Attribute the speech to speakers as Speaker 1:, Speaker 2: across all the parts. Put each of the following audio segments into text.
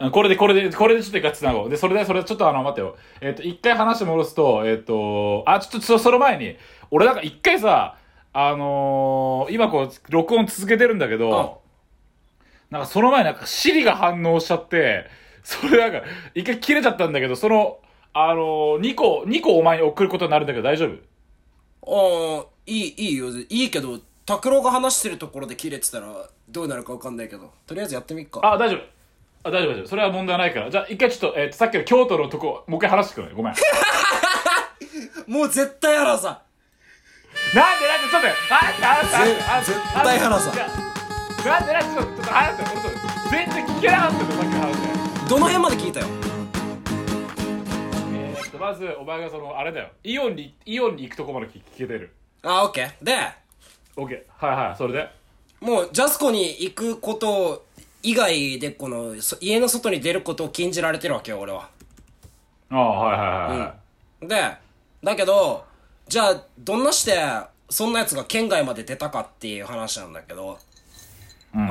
Speaker 1: うんこれで、これで、これでちょっと一回つなごう。で、それで、それでちょっとあの、待てよ。えっ、と、一回話戻すと、えっ、と、あ、ちょっとそ、その前に、俺なんか一回さ、あのー今こう、録音続けてるんだけど、なんかその前なんか、シリが反応しちゃって、それなんか、一回切れちゃったんだけど、その、あのー、2個、二個お前に送ることになるんだけど大丈夫
Speaker 2: ああ、いい、いいよ。いいけど、拓郎が話してるところで切れてたら、どうなるかわかんないけど。とりあえずやってみっか。
Speaker 1: あ、大丈夫。あ、大丈夫、大丈夫。それは問題ないから。じゃあ、一回ちょっと、えっ、と、さっきの京都のとこ、もう一回話してくれ。ごめん。なんで、
Speaker 2: もう絶対やらさ。
Speaker 1: なんで、ちょっと待って、あんた、あんた、あんた、あ
Speaker 2: ぜ
Speaker 1: んた
Speaker 2: 絶対話さん
Speaker 1: いやなんで、なんで、ちょっと、ちょっと、話して、俺と、全然聞けなかったんだよ、さっきの話
Speaker 2: どの辺まで聞いたよ。
Speaker 1: えーっと、まず、お前がその、あれだよ。イオンに、イオンに行くとこまで聞けてる。
Speaker 2: ああ、オッケー。で、
Speaker 1: オッケー。はいはい、それで。
Speaker 2: もう、ジャスコに行くこと以外で、この、そ家の外に出ることを禁じられてるわけよ、俺は。
Speaker 1: ああ、はいはいはいはい。
Speaker 2: で、だけど、じゃあ、どんなして、そんな奴が県外まで出たかっていう話なんだけど、うん。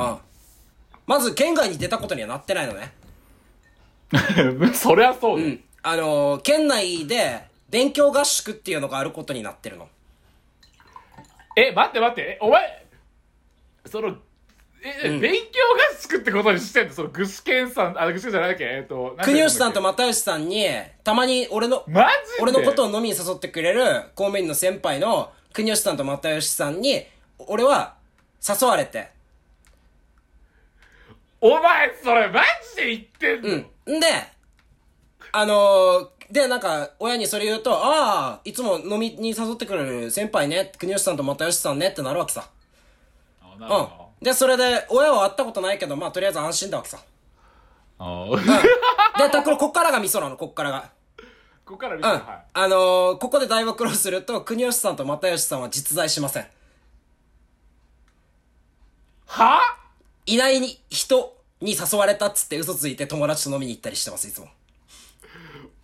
Speaker 2: まず、県外に出たことにはなってないのね。
Speaker 1: そりゃそうだ
Speaker 2: う
Speaker 1: よ
Speaker 2: ん。あのー県内で、勉強合宿っていうのがあることになってるの。
Speaker 1: え、待って待って、えお前、その、え、勉強合宿ってことにしてんのその、具志堅さん、あ、具志堅じゃないっけえっと、なんて
Speaker 2: 国
Speaker 1: 言うんだっけ
Speaker 2: 吉さんと又吉さんに、たまに俺の、
Speaker 1: マジで
Speaker 2: 俺のことを飲みに誘ってくれる公務員の先輩の国吉さんと又吉さんに、俺は誘われて。
Speaker 1: お前、それマジで言ってんの、
Speaker 2: んで、あのーで、なんか、親にそれ言うと、ああ、いつも飲みに誘ってくれる先輩ね、国吉さんと又吉さんねってなるわけさ。
Speaker 1: あなる
Speaker 2: う
Speaker 1: ほ
Speaker 2: ん
Speaker 1: ど。
Speaker 2: で、それで、親は会ったことないけど、まあ、とりあえず安心だわけさ。
Speaker 1: あ ー
Speaker 2: で、タクロ、こっからがミソなの、こっからが。
Speaker 1: ここから見
Speaker 2: う
Speaker 1: せ
Speaker 2: ん。
Speaker 1: る、は
Speaker 2: あのーここで大暴露すると、国吉さんと又吉さんは実在しません。
Speaker 1: はい
Speaker 2: ないに人に誘われたっつって嘘ついて友達と飲みに行ったりしてます、いつも。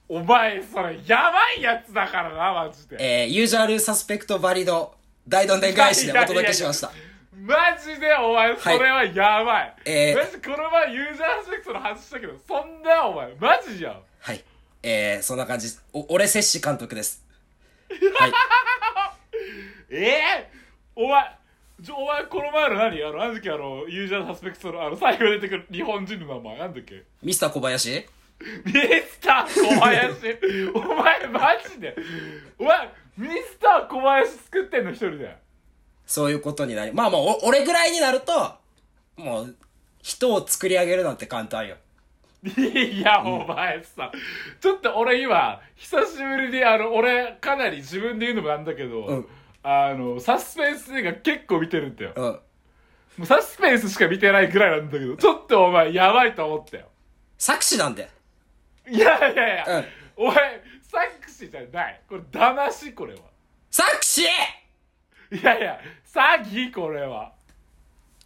Speaker 1: お前、それ、やばいやつだからな、マジで。
Speaker 2: えー、ユージュアルサスペクトバリド、大どんでん返しでお届けしました。
Speaker 1: マジで、お前、それはやばい。
Speaker 2: えー
Speaker 1: マジ、この前、ユーザーアスペクトの話したけど、そんな、お前、マジじゃん。
Speaker 2: はい。えー、そんな感じ。お、俺、セッシ監督です。
Speaker 1: ええお前、ちょお前、この前の何あの、あの時、あの、ユーザーサスペクトの、あの、最後に出てくる日本人の名前、なんだっけ
Speaker 2: ミスター小林
Speaker 1: ミスター小 林お前マジでお前ミスター小林作ってんの一人で
Speaker 2: そういうことになり、まあもう、お俺ぐらいになると、もう、人を作り上げるなんて簡単よ。
Speaker 1: いやお前さ、ちょっと俺今久しぶりにあの俺かなり自分で言うのもなんだけど、
Speaker 2: うん
Speaker 1: あのサスペンス映画結構見てるんだよ、
Speaker 2: うん。
Speaker 1: もうサスペンスしか見てないぐらいなんだけどちょっとお前やばいと思ったよ
Speaker 2: 作詞なんで。
Speaker 1: いやいやいや、
Speaker 2: うん
Speaker 1: お前作詞じゃないこれ騙しこれは
Speaker 2: 作詞
Speaker 1: いやいや詐欺これは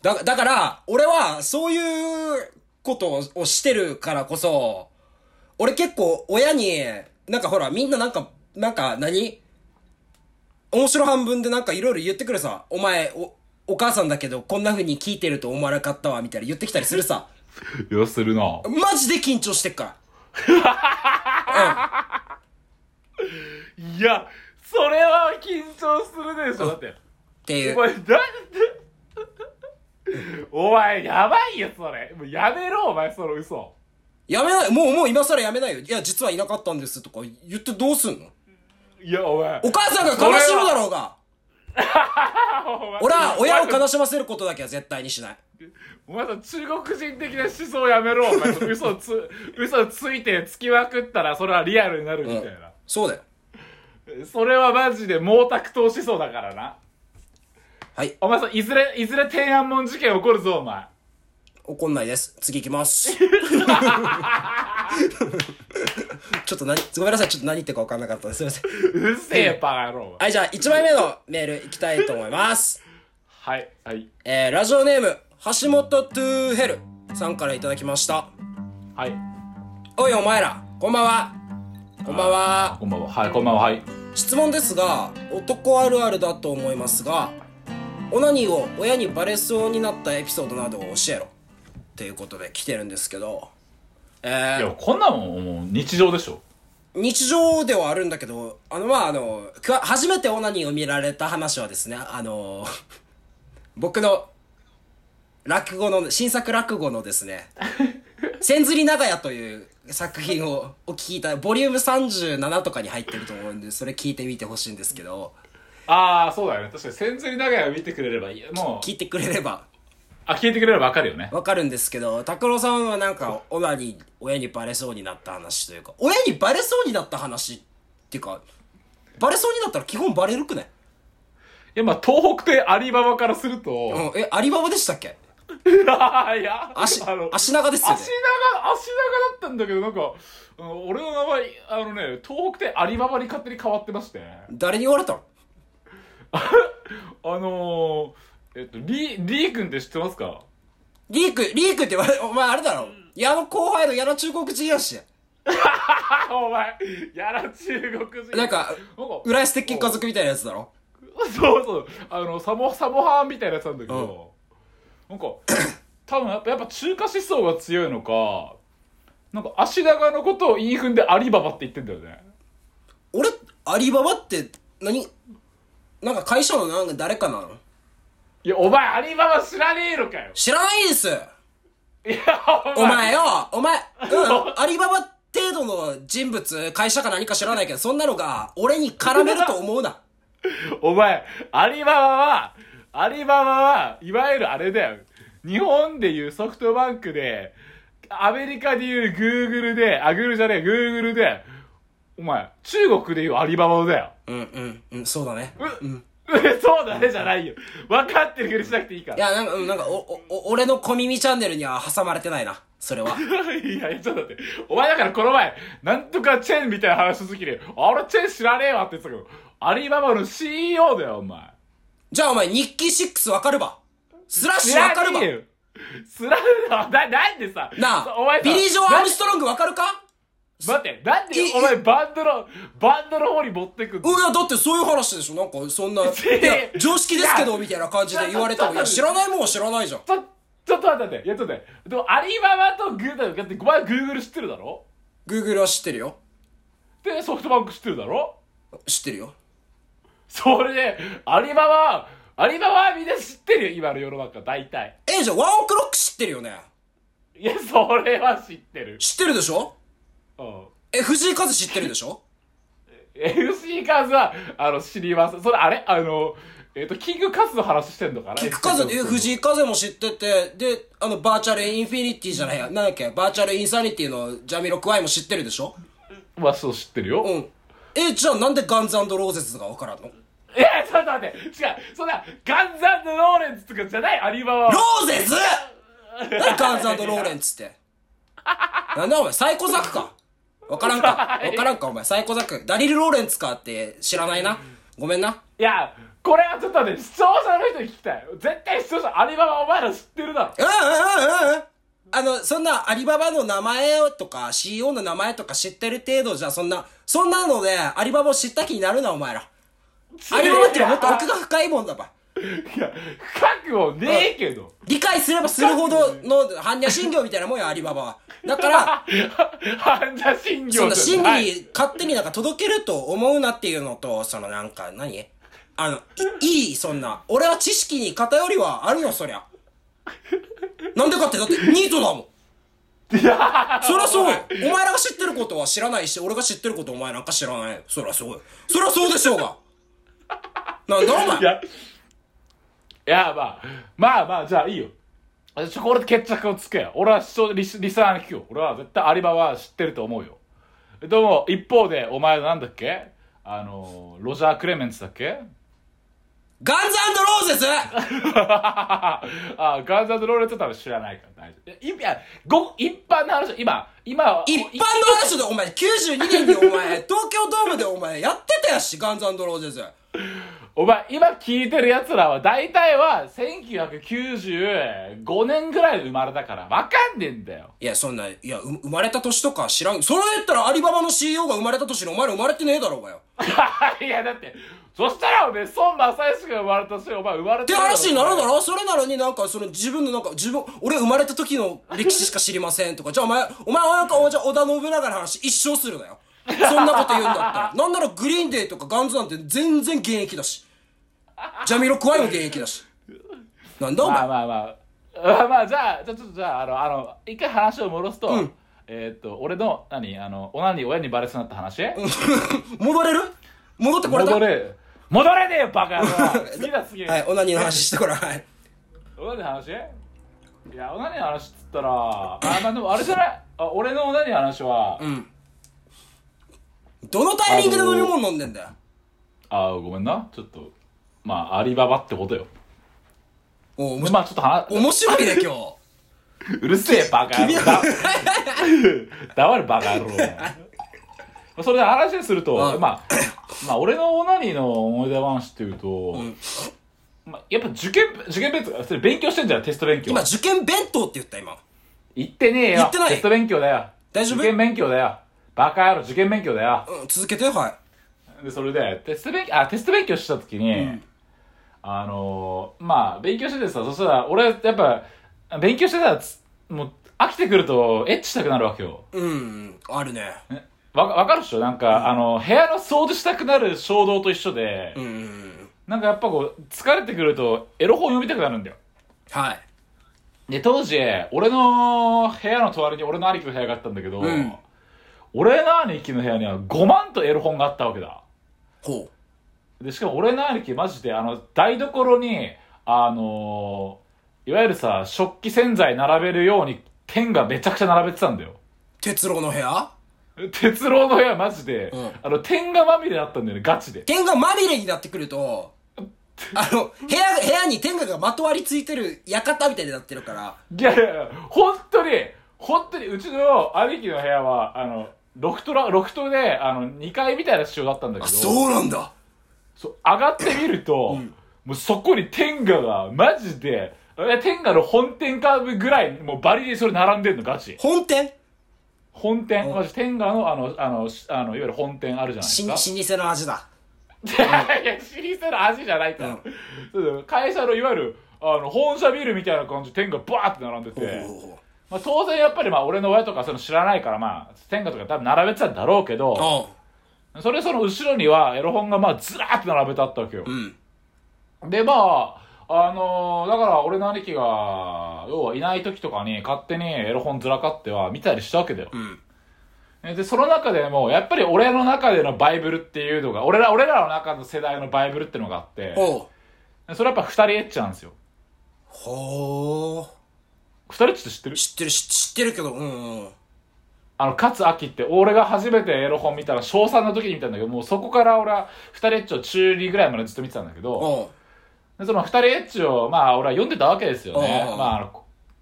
Speaker 2: だ、だから、俺は、そういうことををしてるからこそ、俺結構、親に、なんかほら、みんななんか、なんか何、面白半分でなんかいろいろ言ってくるさ。お前、お、お母さんだけど、こんな風に聞いてると思わなかったわ、みたいな言ってきたりするさ。
Speaker 1: 要するな
Speaker 2: マジで緊張してっから。
Speaker 1: いや、それは緊張するでしょ。だって、
Speaker 2: って
Speaker 1: お
Speaker 2: いう。
Speaker 1: 前、なんで、お前、やばいよ、それ。もうやめろ、お前、その嘘。
Speaker 2: やめない、もうもう今更やめないよ。いや、実はいなかったんですとか言ってどうすんの
Speaker 1: いや、お前。
Speaker 2: お母さんが悲しむだろ うが
Speaker 1: お前
Speaker 2: 俺は親を悲しませることだけは絶対にしない。
Speaker 1: お前さ、中国人的な思想やめろ、お前。その嘘をつ、 嘘をついてつきまくったら、それはリアルになるみたいな。
Speaker 2: そうだよ。
Speaker 1: それはマジで毛沢東思想だからな。
Speaker 2: はい、
Speaker 1: お前さ、いずれ、いずれ天安門事件起こるぞ、お前。
Speaker 2: 怒んないです。次行 きます。ちょっと何、ごめんなさい。ちょっと何言ってるか分かんなかったです。すいません。
Speaker 1: うっせえ、バカ野郎。お前
Speaker 2: はい、じゃあ1枚目のメール行きたいと思います。
Speaker 1: はい、はい、
Speaker 2: えー、ラジオネーム、橋本トゥーヘルさんからいただきました。
Speaker 1: はい。
Speaker 2: おいお前ら、こんばんは。こんばんは。
Speaker 1: こんばんは。はい、こんばんは。はい。
Speaker 2: 質問ですが男あるあるだと思いますがオナニーを親にバレそうになったエピソードなどを教えろっていうことで来てるんですけどえ
Speaker 1: い
Speaker 2: ー
Speaker 1: や、こんなもん、もう日常でしょ。
Speaker 2: 日常ではあるんだけど、あの、まあ、あの、くわ初めてオナニーを見られた話はですね、あの、僕の、落語の、新作落語のですね、千釣り長屋という作品をお聞きいた、ボリューム37とかに入ってると思うんで、それ聞いてみてほしいんですけど、
Speaker 1: ああ、そうだよね。確かに、千釣り長屋を見てくれればいい。もう、
Speaker 2: 聞いてくれれば
Speaker 1: あ、聞いてくれればわかるよね。
Speaker 2: わかるんですけど、拓郎さんはなんか、オナニー、親にバレそうになった話というか、親にバレそうになった話っていうか、バレそうになったら基本バレるくない
Speaker 1: いや、まあ、東北でアリババからすると、
Speaker 2: うん、え、アリババでしたっけ
Speaker 1: いや、
Speaker 2: 足、
Speaker 1: あの、
Speaker 2: 足長ですよ
Speaker 1: 足。長、足長だ
Speaker 2: ね
Speaker 1: ったんだけど、なんか、うん俺の名前、あのね、東北でアリババに勝手に変わってまして、
Speaker 2: 誰に言われたの
Speaker 1: あのー、えっと、リー、リー君って知ってますか
Speaker 2: リーク、リークって言われ、お前あれだろ。矢野後輩の矢野中国人やし。
Speaker 1: あ、お前、やら中国人。
Speaker 2: なんか、
Speaker 1: なんか
Speaker 2: 浦安鉄筋家族みたいなやつだろ。
Speaker 1: そうそう。あの、サモ、サモハンみたいなやつなんだけど、なんか、 多分やっぱやっぱ中華思想が強いのか、なんか足長のことを言い踏んでアリババって言ってんだよね。
Speaker 2: 俺、アリババって何、なんか会社のなんか誰かなの
Speaker 1: いや、お前アリババ知らねえのかよ。
Speaker 2: 知らないです
Speaker 1: いや、
Speaker 2: お前よお前、うん、アリババ程度の人物、会社か何か知らないけど、そんなのが俺に絡めると思うな。
Speaker 1: お前、アリババは、アリババは、いわゆるあれだよ。日本でいうソフトバンクで、アメリカでいうグーグルで、あ、グーグルじゃねえ、グーグルで、お前、中国でいうアリババだよ。
Speaker 2: うん、うん、うん、そうだね。うん。
Speaker 1: そうだねじゃないよ。分かってるふりしなくていいか
Speaker 2: い
Speaker 1: ら。
Speaker 2: や、なんか、うんなんか、お、お、お俺の小耳チャンネルには挟まれてないな。それは。
Speaker 1: いや、いや、ちょっと待って。お前だからこの前、なんとかチェーンみたいな話すときに、あ俺チェーン知らねえわって言ってたけど、アリババの CEO だよ、お前。
Speaker 2: じゃあお前、日記6わかるばスラッシ
Speaker 1: 知
Speaker 2: ュわ
Speaker 1: ら
Speaker 2: かるば
Speaker 1: ねえよ。知らねえよ。な、なんでさ、
Speaker 2: な
Speaker 1: そ
Speaker 2: あ
Speaker 1: お前、さ
Speaker 2: ビリー・ジョン・アームストロングわかるか
Speaker 1: 待って、なんで
Speaker 2: い
Speaker 1: お前バンドの、バンドの方に持ってくん
Speaker 2: う
Speaker 1: の
Speaker 2: ん、いや、だってそういう話でしょなん か、そんな、い
Speaker 1: 違う
Speaker 2: や、常識ですけ
Speaker 1: い
Speaker 2: ど、
Speaker 1: や
Speaker 2: みたいな感じで言われても、い
Speaker 1: いや
Speaker 2: や、知らないもんは知らないじゃん。
Speaker 1: ちょ、ちょっと待って待って、いや、ちょっと待って。でも、アリババとグーだよ。だって、お前グーグル知ってるだろ
Speaker 2: Google は知ってるよ。
Speaker 1: で、ソフトバンク知ってるだろ
Speaker 2: 知ってるよ。
Speaker 1: それで、アリババ、アリババはみんな知ってるよ、今の世の中、大体。
Speaker 2: え、じゃあ、ワンオクロック知ってるよね
Speaker 1: いや、それは知ってる。
Speaker 2: 知ってるでしょ
Speaker 1: うん。
Speaker 2: え、藤井風知ってるでしょ
Speaker 1: FC カーズは、あの、知りません。それ、あれあの、えっ、と、キングカズの話してんのかな
Speaker 2: キック風、え、藤井風も知ってて、で、あの、バーチャルインフィニティじゃないや、なんだっけ、バーチャルインサニティのジャミロクワイも知ってるでしょ
Speaker 1: まあ、そう知ってるよ。
Speaker 2: うん。え、じゃあなんでガンズローゼズがわからんのロ
Speaker 1: いや、ちょっと待って、違う、そんな、ガンザンドローレンツとかじゃない、アリババは。
Speaker 2: ーゼズ何ガンズローレンツって。なんだお前、サイコザクか。わからんか。わからんか、お前、サイコザク。ダリル・ローレンツかって知らないな。ごめんな。
Speaker 1: いや、これはちょっとね、視聴者の人に聞きたい。絶対視聴者、アリババお前ら知ってるだろ。
Speaker 2: うんうんうんうんうん。あの、そんな、アリババの名前をとか、CEO の名前とか知ってる程度じゃ、そんな、そんなので、アリババを知った気になるな、お前ら。アリババってのはもっと奥が深いもんだば。
Speaker 1: いや、深くもねえけど。
Speaker 2: 理解すればするほどの般若心経みたいなもんよ、アリババは。だから、
Speaker 1: 患者診療
Speaker 2: そんな
Speaker 1: じゃ
Speaker 2: 心
Speaker 1: ない
Speaker 2: 理に勝手になんか届けると思うなっていうのと、そのなんか何、あの、いいい、そんな。俺は知識に偏りはあるよ、そりゃ。なんでかって、だってニート だもん。
Speaker 1: いや
Speaker 2: そりゃそうよ。お前らが知ってることは知らないし、俺が知ってることお前なんか知らないよ。そりゃそうよ。そりゃそうでしょうが。なんだお
Speaker 1: い
Speaker 2: 前。
Speaker 1: や、いや、まあ、まあまあ、じゃあいいよ。あちょこれで決着をつけよ。俺は視聴リスリスナーに聞くよ。俺は絶対アリババは知ってると思うよ。でも、一方で、お前なんだっけあの、ロジャー・クレメンツだっけ
Speaker 2: ガンズローゼズ
Speaker 1: あガンザーズ・ローレット多分知らないから大丈夫。いや、ご、一般の話、今、今、
Speaker 2: 一般の話でお前92年にお前、東京ドームでお前やってたやし、ガンズローゼズ。
Speaker 1: お前、今聞いてる奴らは、大体は、1995年ぐらいで生まれたから、わかんねえんだよ。
Speaker 2: いや、そんな、いや、う生まれた年とか知らん。それ言ったらアリババの CEO が生まれた年にお前ら生まれてねえだろうがよ。っ
Speaker 1: いや、だって、そしたらおめえ、孫正義が生まれたし、お前生まれた
Speaker 2: て話になるだろそれなのになんか、その自分のなんか、自分、俺生まれた時の歴史しか知りませんとか、じゃあお前、お前はなんか、じゃあ織田信長の話一生するなよ。そんなこと言うんだったら。 なんならグリーンデーとかガンズなんて全然現役だし。ジャミロクワイも現役だし。なんだお
Speaker 1: ま
Speaker 2: 前。
Speaker 1: あまあ まあ。まあまあ、じゃあ、じゃあ、ちょっとじゃあ、あの、あの、一回話を戻すと、えーっと、俺の、何、あの、女に、親にバレそうになった話、
Speaker 2: 戻れる戻ってこれた
Speaker 1: 戻れ、戻れねえよ、バカ野郎次だ、次。
Speaker 2: はい、オナニーの話してこれ。はい。
Speaker 1: オナニーの話いや、オナニーの話っつったら、あ、まあでもあれじゃないあ俺のオナニーの話は、
Speaker 2: どのタイミングで飲み物飲んでんだよ。
Speaker 1: あごめんな、ちょっと、まあ、アリババってことよ。
Speaker 2: おおもし
Speaker 1: まあ、ちょっと話、
Speaker 2: 面白いね、今日。
Speaker 1: うるせえ、バカ野郎。だ黙れ、バカ野郎。それで話すると、
Speaker 2: うん
Speaker 1: まあ、まあ、俺のオナニーの思い出話っていうと、まあ、やっぱ受験、受験勉強、それ勉強してんじゃん、テスト勉強
Speaker 2: 今、。受験弁当って言った、今。
Speaker 1: 行ってねえよ。
Speaker 2: 行ってない
Speaker 1: テスト勉強だよ。
Speaker 2: 大丈夫
Speaker 1: 受験勉強だよ。バカ野郎、受験勉強だよ。
Speaker 2: うん、続けて、は
Speaker 1: で、それで、テスト勉強、あ、テスト勉強したときに、あのーまあ、勉強しててさ、そしたら、俺、やっぱ、勉強してたらつ、もう、飽きてくると、エッチしたくなるわけよ。
Speaker 2: い。うん、あるね。
Speaker 1: ねわ、わかるっしょなんか、あの、部屋の掃除したくなる衝動と一緒で、
Speaker 2: うん、
Speaker 1: なんかやっぱこう、疲れてくると、エロ本読みたくなるんだよ。
Speaker 2: はい。
Speaker 1: で、当時、俺の部屋の隣に俺の兄貴の部屋があったんだけど、
Speaker 2: うん
Speaker 1: 俺の兄貴の部屋には5万とエロ本があったわけだ。
Speaker 2: ほ
Speaker 1: で、しかも俺の兄貴、マジで、あの、台所に、あのーいわゆるさ、食器洗剤並べるように、天がめちゃくちゃ並べてたんだよ。
Speaker 2: う。鉄郎の部屋
Speaker 1: 鉄郎の部屋マジで、
Speaker 2: うん
Speaker 1: あの、天がまみれだったんだよね、ガチで。
Speaker 2: 天がまみれになってくると、あの、部屋、部屋に天下がまとわりついてる館みたいになってるから、
Speaker 1: いやいやいや、本当に、本当に、うちの兄貴の部屋は、あの、ロフトラ、ロフトで、あの、2階みたいな仕様だったんだけど、
Speaker 2: そうなんだ。
Speaker 1: そう上がってみると、もうそこに天下が、マジで、え天下の本店かぐらい、もうバリでそれ並んでんの、ガチ。
Speaker 2: 本店
Speaker 1: 本店、まず天下のあの、あの、しあの、いわゆる本店あるじゃないです
Speaker 2: し
Speaker 1: か。
Speaker 2: 老舗の味だ。
Speaker 1: いや、老舗の味じゃないから。
Speaker 2: うん
Speaker 1: そうだよ会社のいわゆる、あの、本社ビルみたいな感じで天下バーって並んでて、
Speaker 2: ほうほう
Speaker 1: まあ、当然やっぱりまあ俺の親とかそういうの知らないからまあ天下とか多分並べてたんだろうけど
Speaker 2: ほ
Speaker 1: それその後ろにはエロ本がまあずらーって並べてあったわけよ
Speaker 2: う。う、ん。
Speaker 1: でまああのーだから俺の兄貴が要はいない時とかに勝手にエロ本ずらかっては見たりしたわけだよ
Speaker 2: うん。
Speaker 1: で、その中でも、やっぱり俺の中でのバイブルっていうのが、俺ら、俺らの中の世代のバイブルってのがあって、
Speaker 2: ほう。
Speaker 1: それやっぱ二人エッチなんですよ。
Speaker 2: ほ
Speaker 1: 二人エッチって知ってる
Speaker 2: う。知ってる、し知ってるけど、うんうん。
Speaker 1: あの、勝秋って、俺が初めてエロ本見たら、小3の時に見たんだけど、もうそこから俺は二人エッチを中2ぐらいまでずっと見てたんだけど、
Speaker 2: ほ
Speaker 1: でその二人エッチを、まあ俺は読んでたわけですよね
Speaker 2: う。ん
Speaker 1: まああの、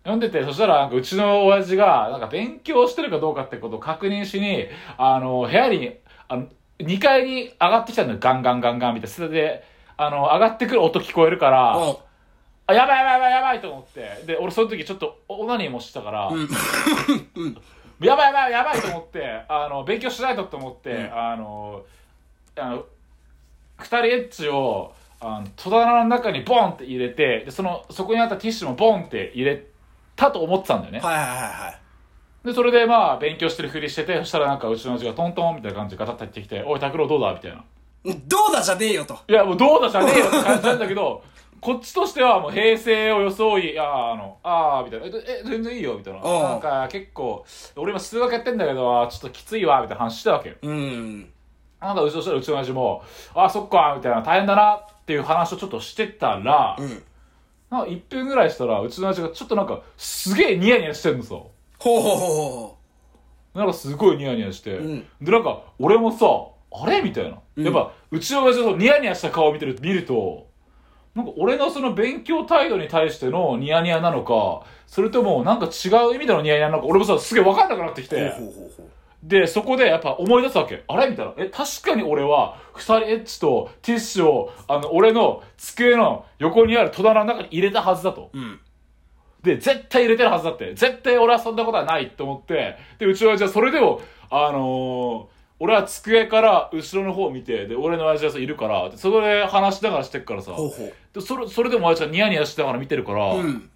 Speaker 1: 読んでて、そしたらなんかうちの親父が、なんか勉強してるかどうかってことを確認しに、あの、部屋に、あの、2階に上がってきたんだよ。ガンガンガンガンみたいな。それで、あの、上がってくる音聞こえるか
Speaker 2: う。
Speaker 1: ら、
Speaker 2: ほ
Speaker 1: あ、やばいやばいやばいやばいと思って。で、俺その時ちょっと、オナニーもしてたから、やばいやばいやばいと思って、あの、勉強しないとと思って、あの、あの、二人エッチを、あの、戸棚の中にボンって入れて、で、その、そこにあったティッシュもボンって入れたと思ってたんだよね
Speaker 2: う。。はいはいはいはい。
Speaker 1: で、それでまあ、勉強してるふりしてて、そしたらなんかうちのうちがトントンみたいな感じでガタッと入ってきて、おい、拓郎どうだみたいな。
Speaker 2: どうだじゃねえよと。
Speaker 1: いや、もうどうだじゃねえよって感じなんだけど、こっちとしてはもう平成を装い、あーあの、ああ、みたいな、え、え全然いいよ、みたいな。
Speaker 2: うん
Speaker 1: なんか結構、俺今数学やってんだけど、あーちょっときついわ、みたいな話してたわけよ。
Speaker 2: うん。
Speaker 1: なんかうちとしたらうちの親父も、あーそっか、みたいな、大変だな、っていう話をちょっとしてたら、
Speaker 2: うん。
Speaker 1: なんか1分ぐらいしたら、うちの親父がちょっとなんか、すげえニヤニヤしてんのさ。
Speaker 2: ほうほうほうほ
Speaker 1: なんかすごいニヤニヤして、
Speaker 2: うん
Speaker 1: でなんか俺もさあれみたいな、
Speaker 2: ん
Speaker 1: やっぱうちの親父のニヤニヤした顔を見てる見るとなんか俺のその勉強態度に対してのニヤニヤなのかそれともなんか違う意味でのニヤニヤなのか俺もさすげえ分かんなくなってき
Speaker 2: う。ほう
Speaker 1: て
Speaker 2: ほうほうほう。
Speaker 1: で、そこでやっぱ思い出すわけ。あれみたいな。え、確かに俺は、二人エッチとティッシュを、あの、俺の机の横にある戸棚の中に入れたはずだと。
Speaker 2: うん。
Speaker 1: で、絶対入れてるはずだって。絶対俺はそんなことはないと思って。で、うちの親父はそれでも、あのー俺は机から後ろの方を見て、で、俺の親父はさいるから、でそこで話しながらしてっからさ。
Speaker 2: ほうほ
Speaker 1: でそれ、それでも親父はニヤニヤしながら見てるから、
Speaker 2: う。うん。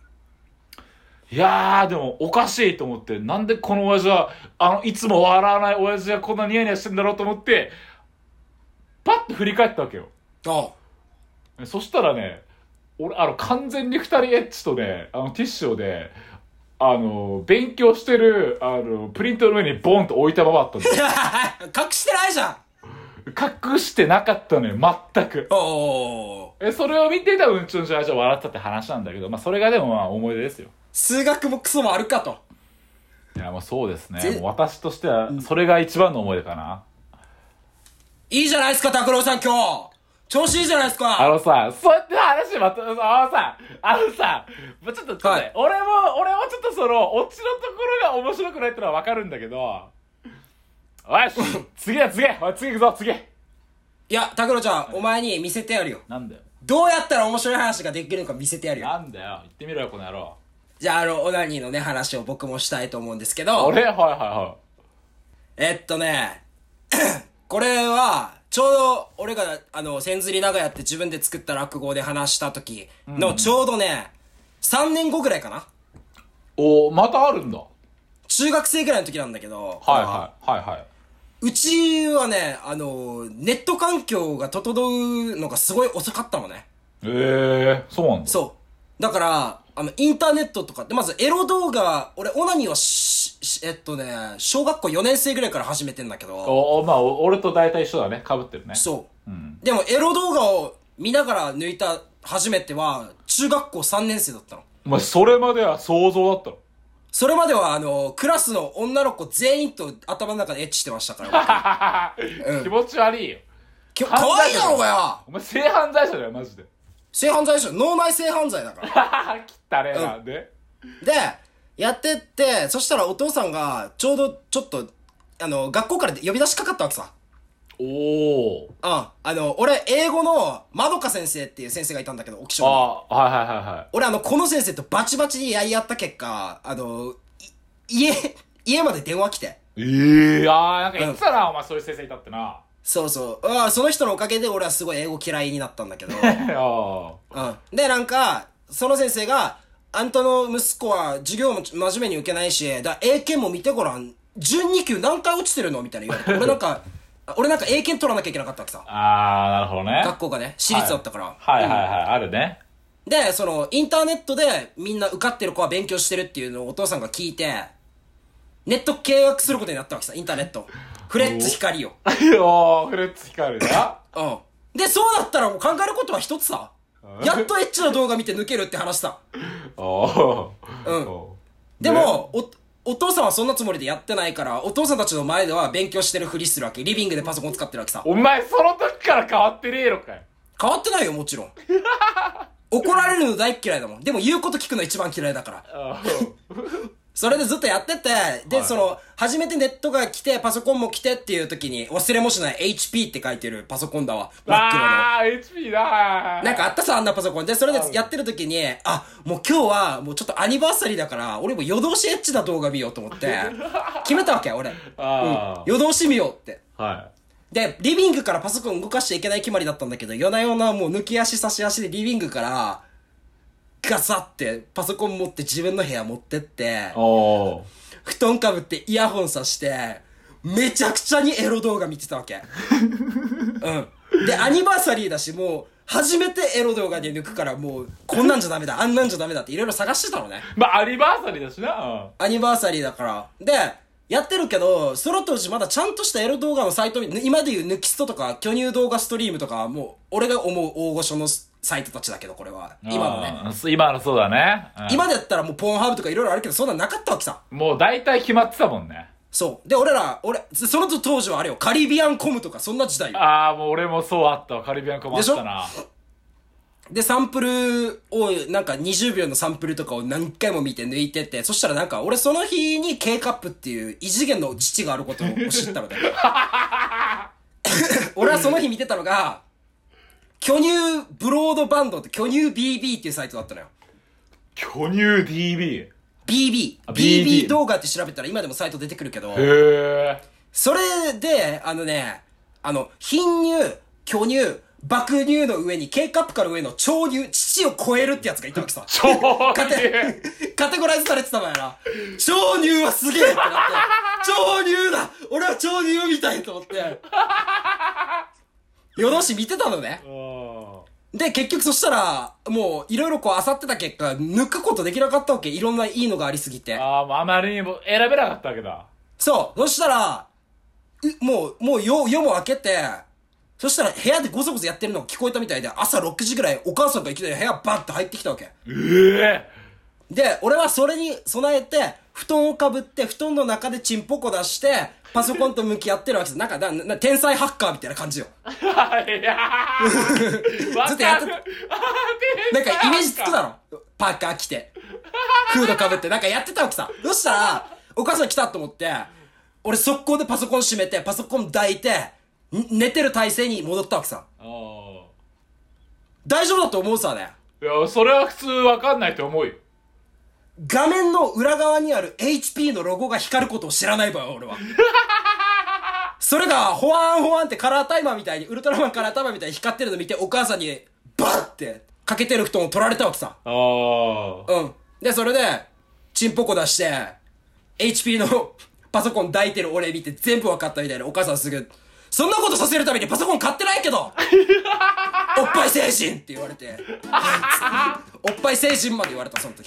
Speaker 1: いやー、でもおかしいと思って、なんでこの親父は、あの、いつも笑わない親父がこんなニヤニヤしてんだろうと思って、パッと振り返ったわけよ。
Speaker 2: あ
Speaker 1: そしたらね、俺、あの、完全に二人エッチとね、あの、ティッシュをね、あの、勉強してる、あの、プリントの上にボンと置いたままだったんだよ。
Speaker 2: あ。隠してないじゃん
Speaker 1: 隠してなかったのよ、全く。
Speaker 2: おうおうおう
Speaker 1: え、それを見てたうんちの親父は笑ってたって話なんだけど、まあ、それがでもまあ、思い出ですよ。
Speaker 2: 数学もクソもあるかと。
Speaker 1: いや、もうそうですね。
Speaker 2: ぜ
Speaker 1: もう私としては、それが一番の思い出かな。
Speaker 2: いいじゃないですか、拓郎さん今日調子いいじゃないです
Speaker 1: あ
Speaker 2: か
Speaker 1: のさ、そうやって話また、あのさ、あのさ、まあちょっと、ちょっとね
Speaker 2: はい
Speaker 1: 俺も、俺もちょっとその、オチのところが面白くないってのはわかるんだけど、おいし、次だ次おい次行くぞ、次
Speaker 2: いや、拓郎ちゃん、お前に見せてやるよ。
Speaker 1: なんだよ。
Speaker 2: どうやったら面白い話ができるのか見せてやるよ。
Speaker 1: なんだよ、言ってみろよ、この野郎。
Speaker 2: じゃあ、あの、オナニーのね、話を僕もしたいと思うんですけど、
Speaker 1: 俺はいはいは。
Speaker 2: えっとね、 これは、ちょうど、俺が、あの、千釣り長屋って自分で作った落語で話した時の、ちょうどね、3年後ぐらいかない
Speaker 1: おーまたあるんだ。は
Speaker 2: 中学生ぐらいの時なんだけど、
Speaker 1: いはい、はいはい。
Speaker 2: うちはね、あの、ネット環境が整うのがすごい遅かったのね。
Speaker 1: えー、そうなんだ。
Speaker 2: そう。だから、あの、インターネットとかって、まずエロ動画、俺、オナニーはし、しえっとね、小学校4年生ぐらいから始めてんだけど、
Speaker 1: おおまあ、お俺と大体一緒だね、被ってるね。
Speaker 2: そうう。
Speaker 1: ん。
Speaker 2: でも、エロ動画を見ながら抜いた初めては、中学校3年生だったの。
Speaker 1: お前、それまでは想像だったの。
Speaker 2: それまでは、あの、クラスの女の子全員と頭の中でエッチしてましたから。
Speaker 1: 気持ち悪いよ。
Speaker 2: きかわいいだろ、お前は
Speaker 1: お前、性犯罪者だよ、マジで。
Speaker 2: 性犯罪でしょ脳内性犯罪だから。
Speaker 1: 切ったねなんで、
Speaker 2: で、やってって、そしたらお父さんが、ちょうど、ちょっと、あの、学校から呼び出しかかったわけさ。
Speaker 1: おお
Speaker 2: うん。あの、俺、英語の、まどか先生っていう先生がいたんだけど、オキションに。
Speaker 1: ああはいはいはいはい
Speaker 2: 俺、あの、この先生とバチバチにやり合った結果、あの、い家、家まで電話来て。
Speaker 1: ええああなんか言ってたな、お前そういう先生いたってな
Speaker 2: そうそう。うん、その人のおかげで俺はすごい英語嫌いになったん だけど。
Speaker 1: あ
Speaker 2: うん。で、なんか、その先生が、あんたの息子は授業も真面目に受けないし、だ英検も見てごらん。12級何回落ちてるのみたいな言われて。俺な んか、俺なんか英検取らなきゃいけなかったわけさ。
Speaker 1: あーなるほどね
Speaker 2: 学校がね、私立だったから。
Speaker 1: はいはいはい、あるね
Speaker 2: で、その、インターネットでみんな受かってる子は勉強してるっていうのをお父さんが聞いて、ネット契約することになったわけさ、インターネット。フレッツ光を。
Speaker 1: おーフレッツ光るな
Speaker 2: うん。で、そうだったらもう考えることは一つさ。やっとエッチな動画見て抜けるって話さ。
Speaker 1: おお
Speaker 2: うん
Speaker 1: おー
Speaker 2: で
Speaker 1: ね
Speaker 2: も、お、お父さんはそんなつもりでやってないから、お父さんたちの前では勉強してるふりするわけ。リビングでパソコン使ってるわけさ。
Speaker 1: お前その時から変わってねえのかよ
Speaker 2: 変わってないよ、もちろん。怒られるの大っ嫌いだもん。でも言うこと聞くの一番嫌いだから。
Speaker 1: あー
Speaker 2: それでずっとやってて、で、
Speaker 1: はい
Speaker 2: その、初めてネットが来て、パソコンも来てっていう時に、忘れもしない HP って書いてるパソコンだわ。真っ黒の。
Speaker 1: あー HP だはいはいはい
Speaker 2: なんかあったさ、あんなパソコン。で、それでやってる時に、あ、もう今日は、もうちょっとアニバーサリーだから、俺も夜通しエッチな動画見ようと思 って、決めたわけ、俺。
Speaker 1: あー
Speaker 2: 夜通し見ようって。
Speaker 1: は
Speaker 2: で、リビングからパソコン動かしちゃいけない決まりだったんだけど、夜な夜なもう抜き足差し足でリビングから、ガサってパソコン持って自分の部屋持ってって
Speaker 1: い、おお
Speaker 2: 布団かぶってイヤホンさして、めちゃくちゃにエロ動画見てたわ け。うん。で、アニバーサリーだし、もう、初めてエロ動画で抜くから、もう、こんなんじゃダメだ、あんなんじゃダメだっていろいろ探してたのね。
Speaker 1: まあアニバーサリーだしな
Speaker 2: アニバーサリーだから。で、やってるけど、その当時まだちゃんとしたエロ動画のサイト、今で言う抜きストとか、巨乳動画ストリームとか、もう、俺が思う大御所のサイトたちだけど、これは。
Speaker 1: うん
Speaker 2: 今のね。
Speaker 1: あー今のそうだね、うん
Speaker 2: 今だったらもう、ポーンハーブとかいろいろあるけど、そんなんなかったわけさ。
Speaker 1: もう大体決まってたもんね。
Speaker 2: そう。で、俺ら、俺、その当時はあれよ、カリビアンコムとか、そんな時代よ。
Speaker 1: ああ、もう俺もそうあったわ。カリビアンコもあったな。
Speaker 2: で、サンプルを、なんか20秒のサンプルとかを何回も見て抜いてって、そしたらなんか、俺その日に K カップっていう異次元の父があることを知ったので。俺はその日見てたのが、巨乳ブロードバンドって巨乳 BB っていうサイトだったのよ。
Speaker 1: 巨乳 DB。へ
Speaker 2: BB。
Speaker 1: あ BB
Speaker 2: BB 動画って調べたら今でもサイト出てくるけど、
Speaker 1: え。
Speaker 2: それで、あのね、あの、貧乳、巨乳、爆乳の上に K カップから上の超乳、父を超えるってやつがいたわけさ。
Speaker 1: 超
Speaker 2: カ
Speaker 1: 乳
Speaker 2: テ、 カテゴライズされてたのやな。超乳はすげえってなって、超乳だ俺は超乳みたいと思って。よどし見てたのね。
Speaker 1: あ
Speaker 2: で、結局そしたら、もう、いろいろこう、漁ってた結果、抜くことできなかったわけ。いろんないいのがありすぎて
Speaker 1: ー。あー、もうあまりにも選べなかったわけだ。
Speaker 2: そう。そしたら、うもう、もう夜、夜も明けて、そしたら部屋でごそごそやってるのが聞こえたみたいで、朝6時ぐらいお母さんがいきなり部屋バッて入ってきたわけ。
Speaker 1: ええ
Speaker 2: で、俺はそれに備えて、布団をかぶって、布団の中でチンポコ出して、パソコンと向き合ってるわけです。なんか、なな天才ハッカーみたいな感じよ。
Speaker 1: いや ーわ
Speaker 2: ずっとや
Speaker 1: か
Speaker 2: って
Speaker 1: る
Speaker 2: た
Speaker 1: な
Speaker 2: なんかイメージつくだろ。パーカー着て。フードかぶって。なんかやってたわけさ。そしたら、お母さん来たと思って、俺速攻でパソコン閉めて、パソコン抱いて、ん寝てる体勢に戻ったわけさ。
Speaker 1: あ
Speaker 2: 大丈夫だと思うさね。
Speaker 1: ーいや、それは普通わかんないと思うよ。
Speaker 2: 画面の裏側にある HP のロゴが光ることを知らないわよ、俺は。それが、ホワンホワンってカラータイマーみたいに、ウルトラマンカラータイマーみたいに光ってるの見て、お母さんに、バッって、かけてる布団を取られたわけさ。
Speaker 1: ああ。
Speaker 2: うん。で、それで、チンポコ出して、HP のパソコン抱いてる俺見て全部分かったみたいなお母さんすぐ、そんなことさせるためにパソコン買ってないけど おっぱい精神って言われて、おっぱい精神まで言われた、その時。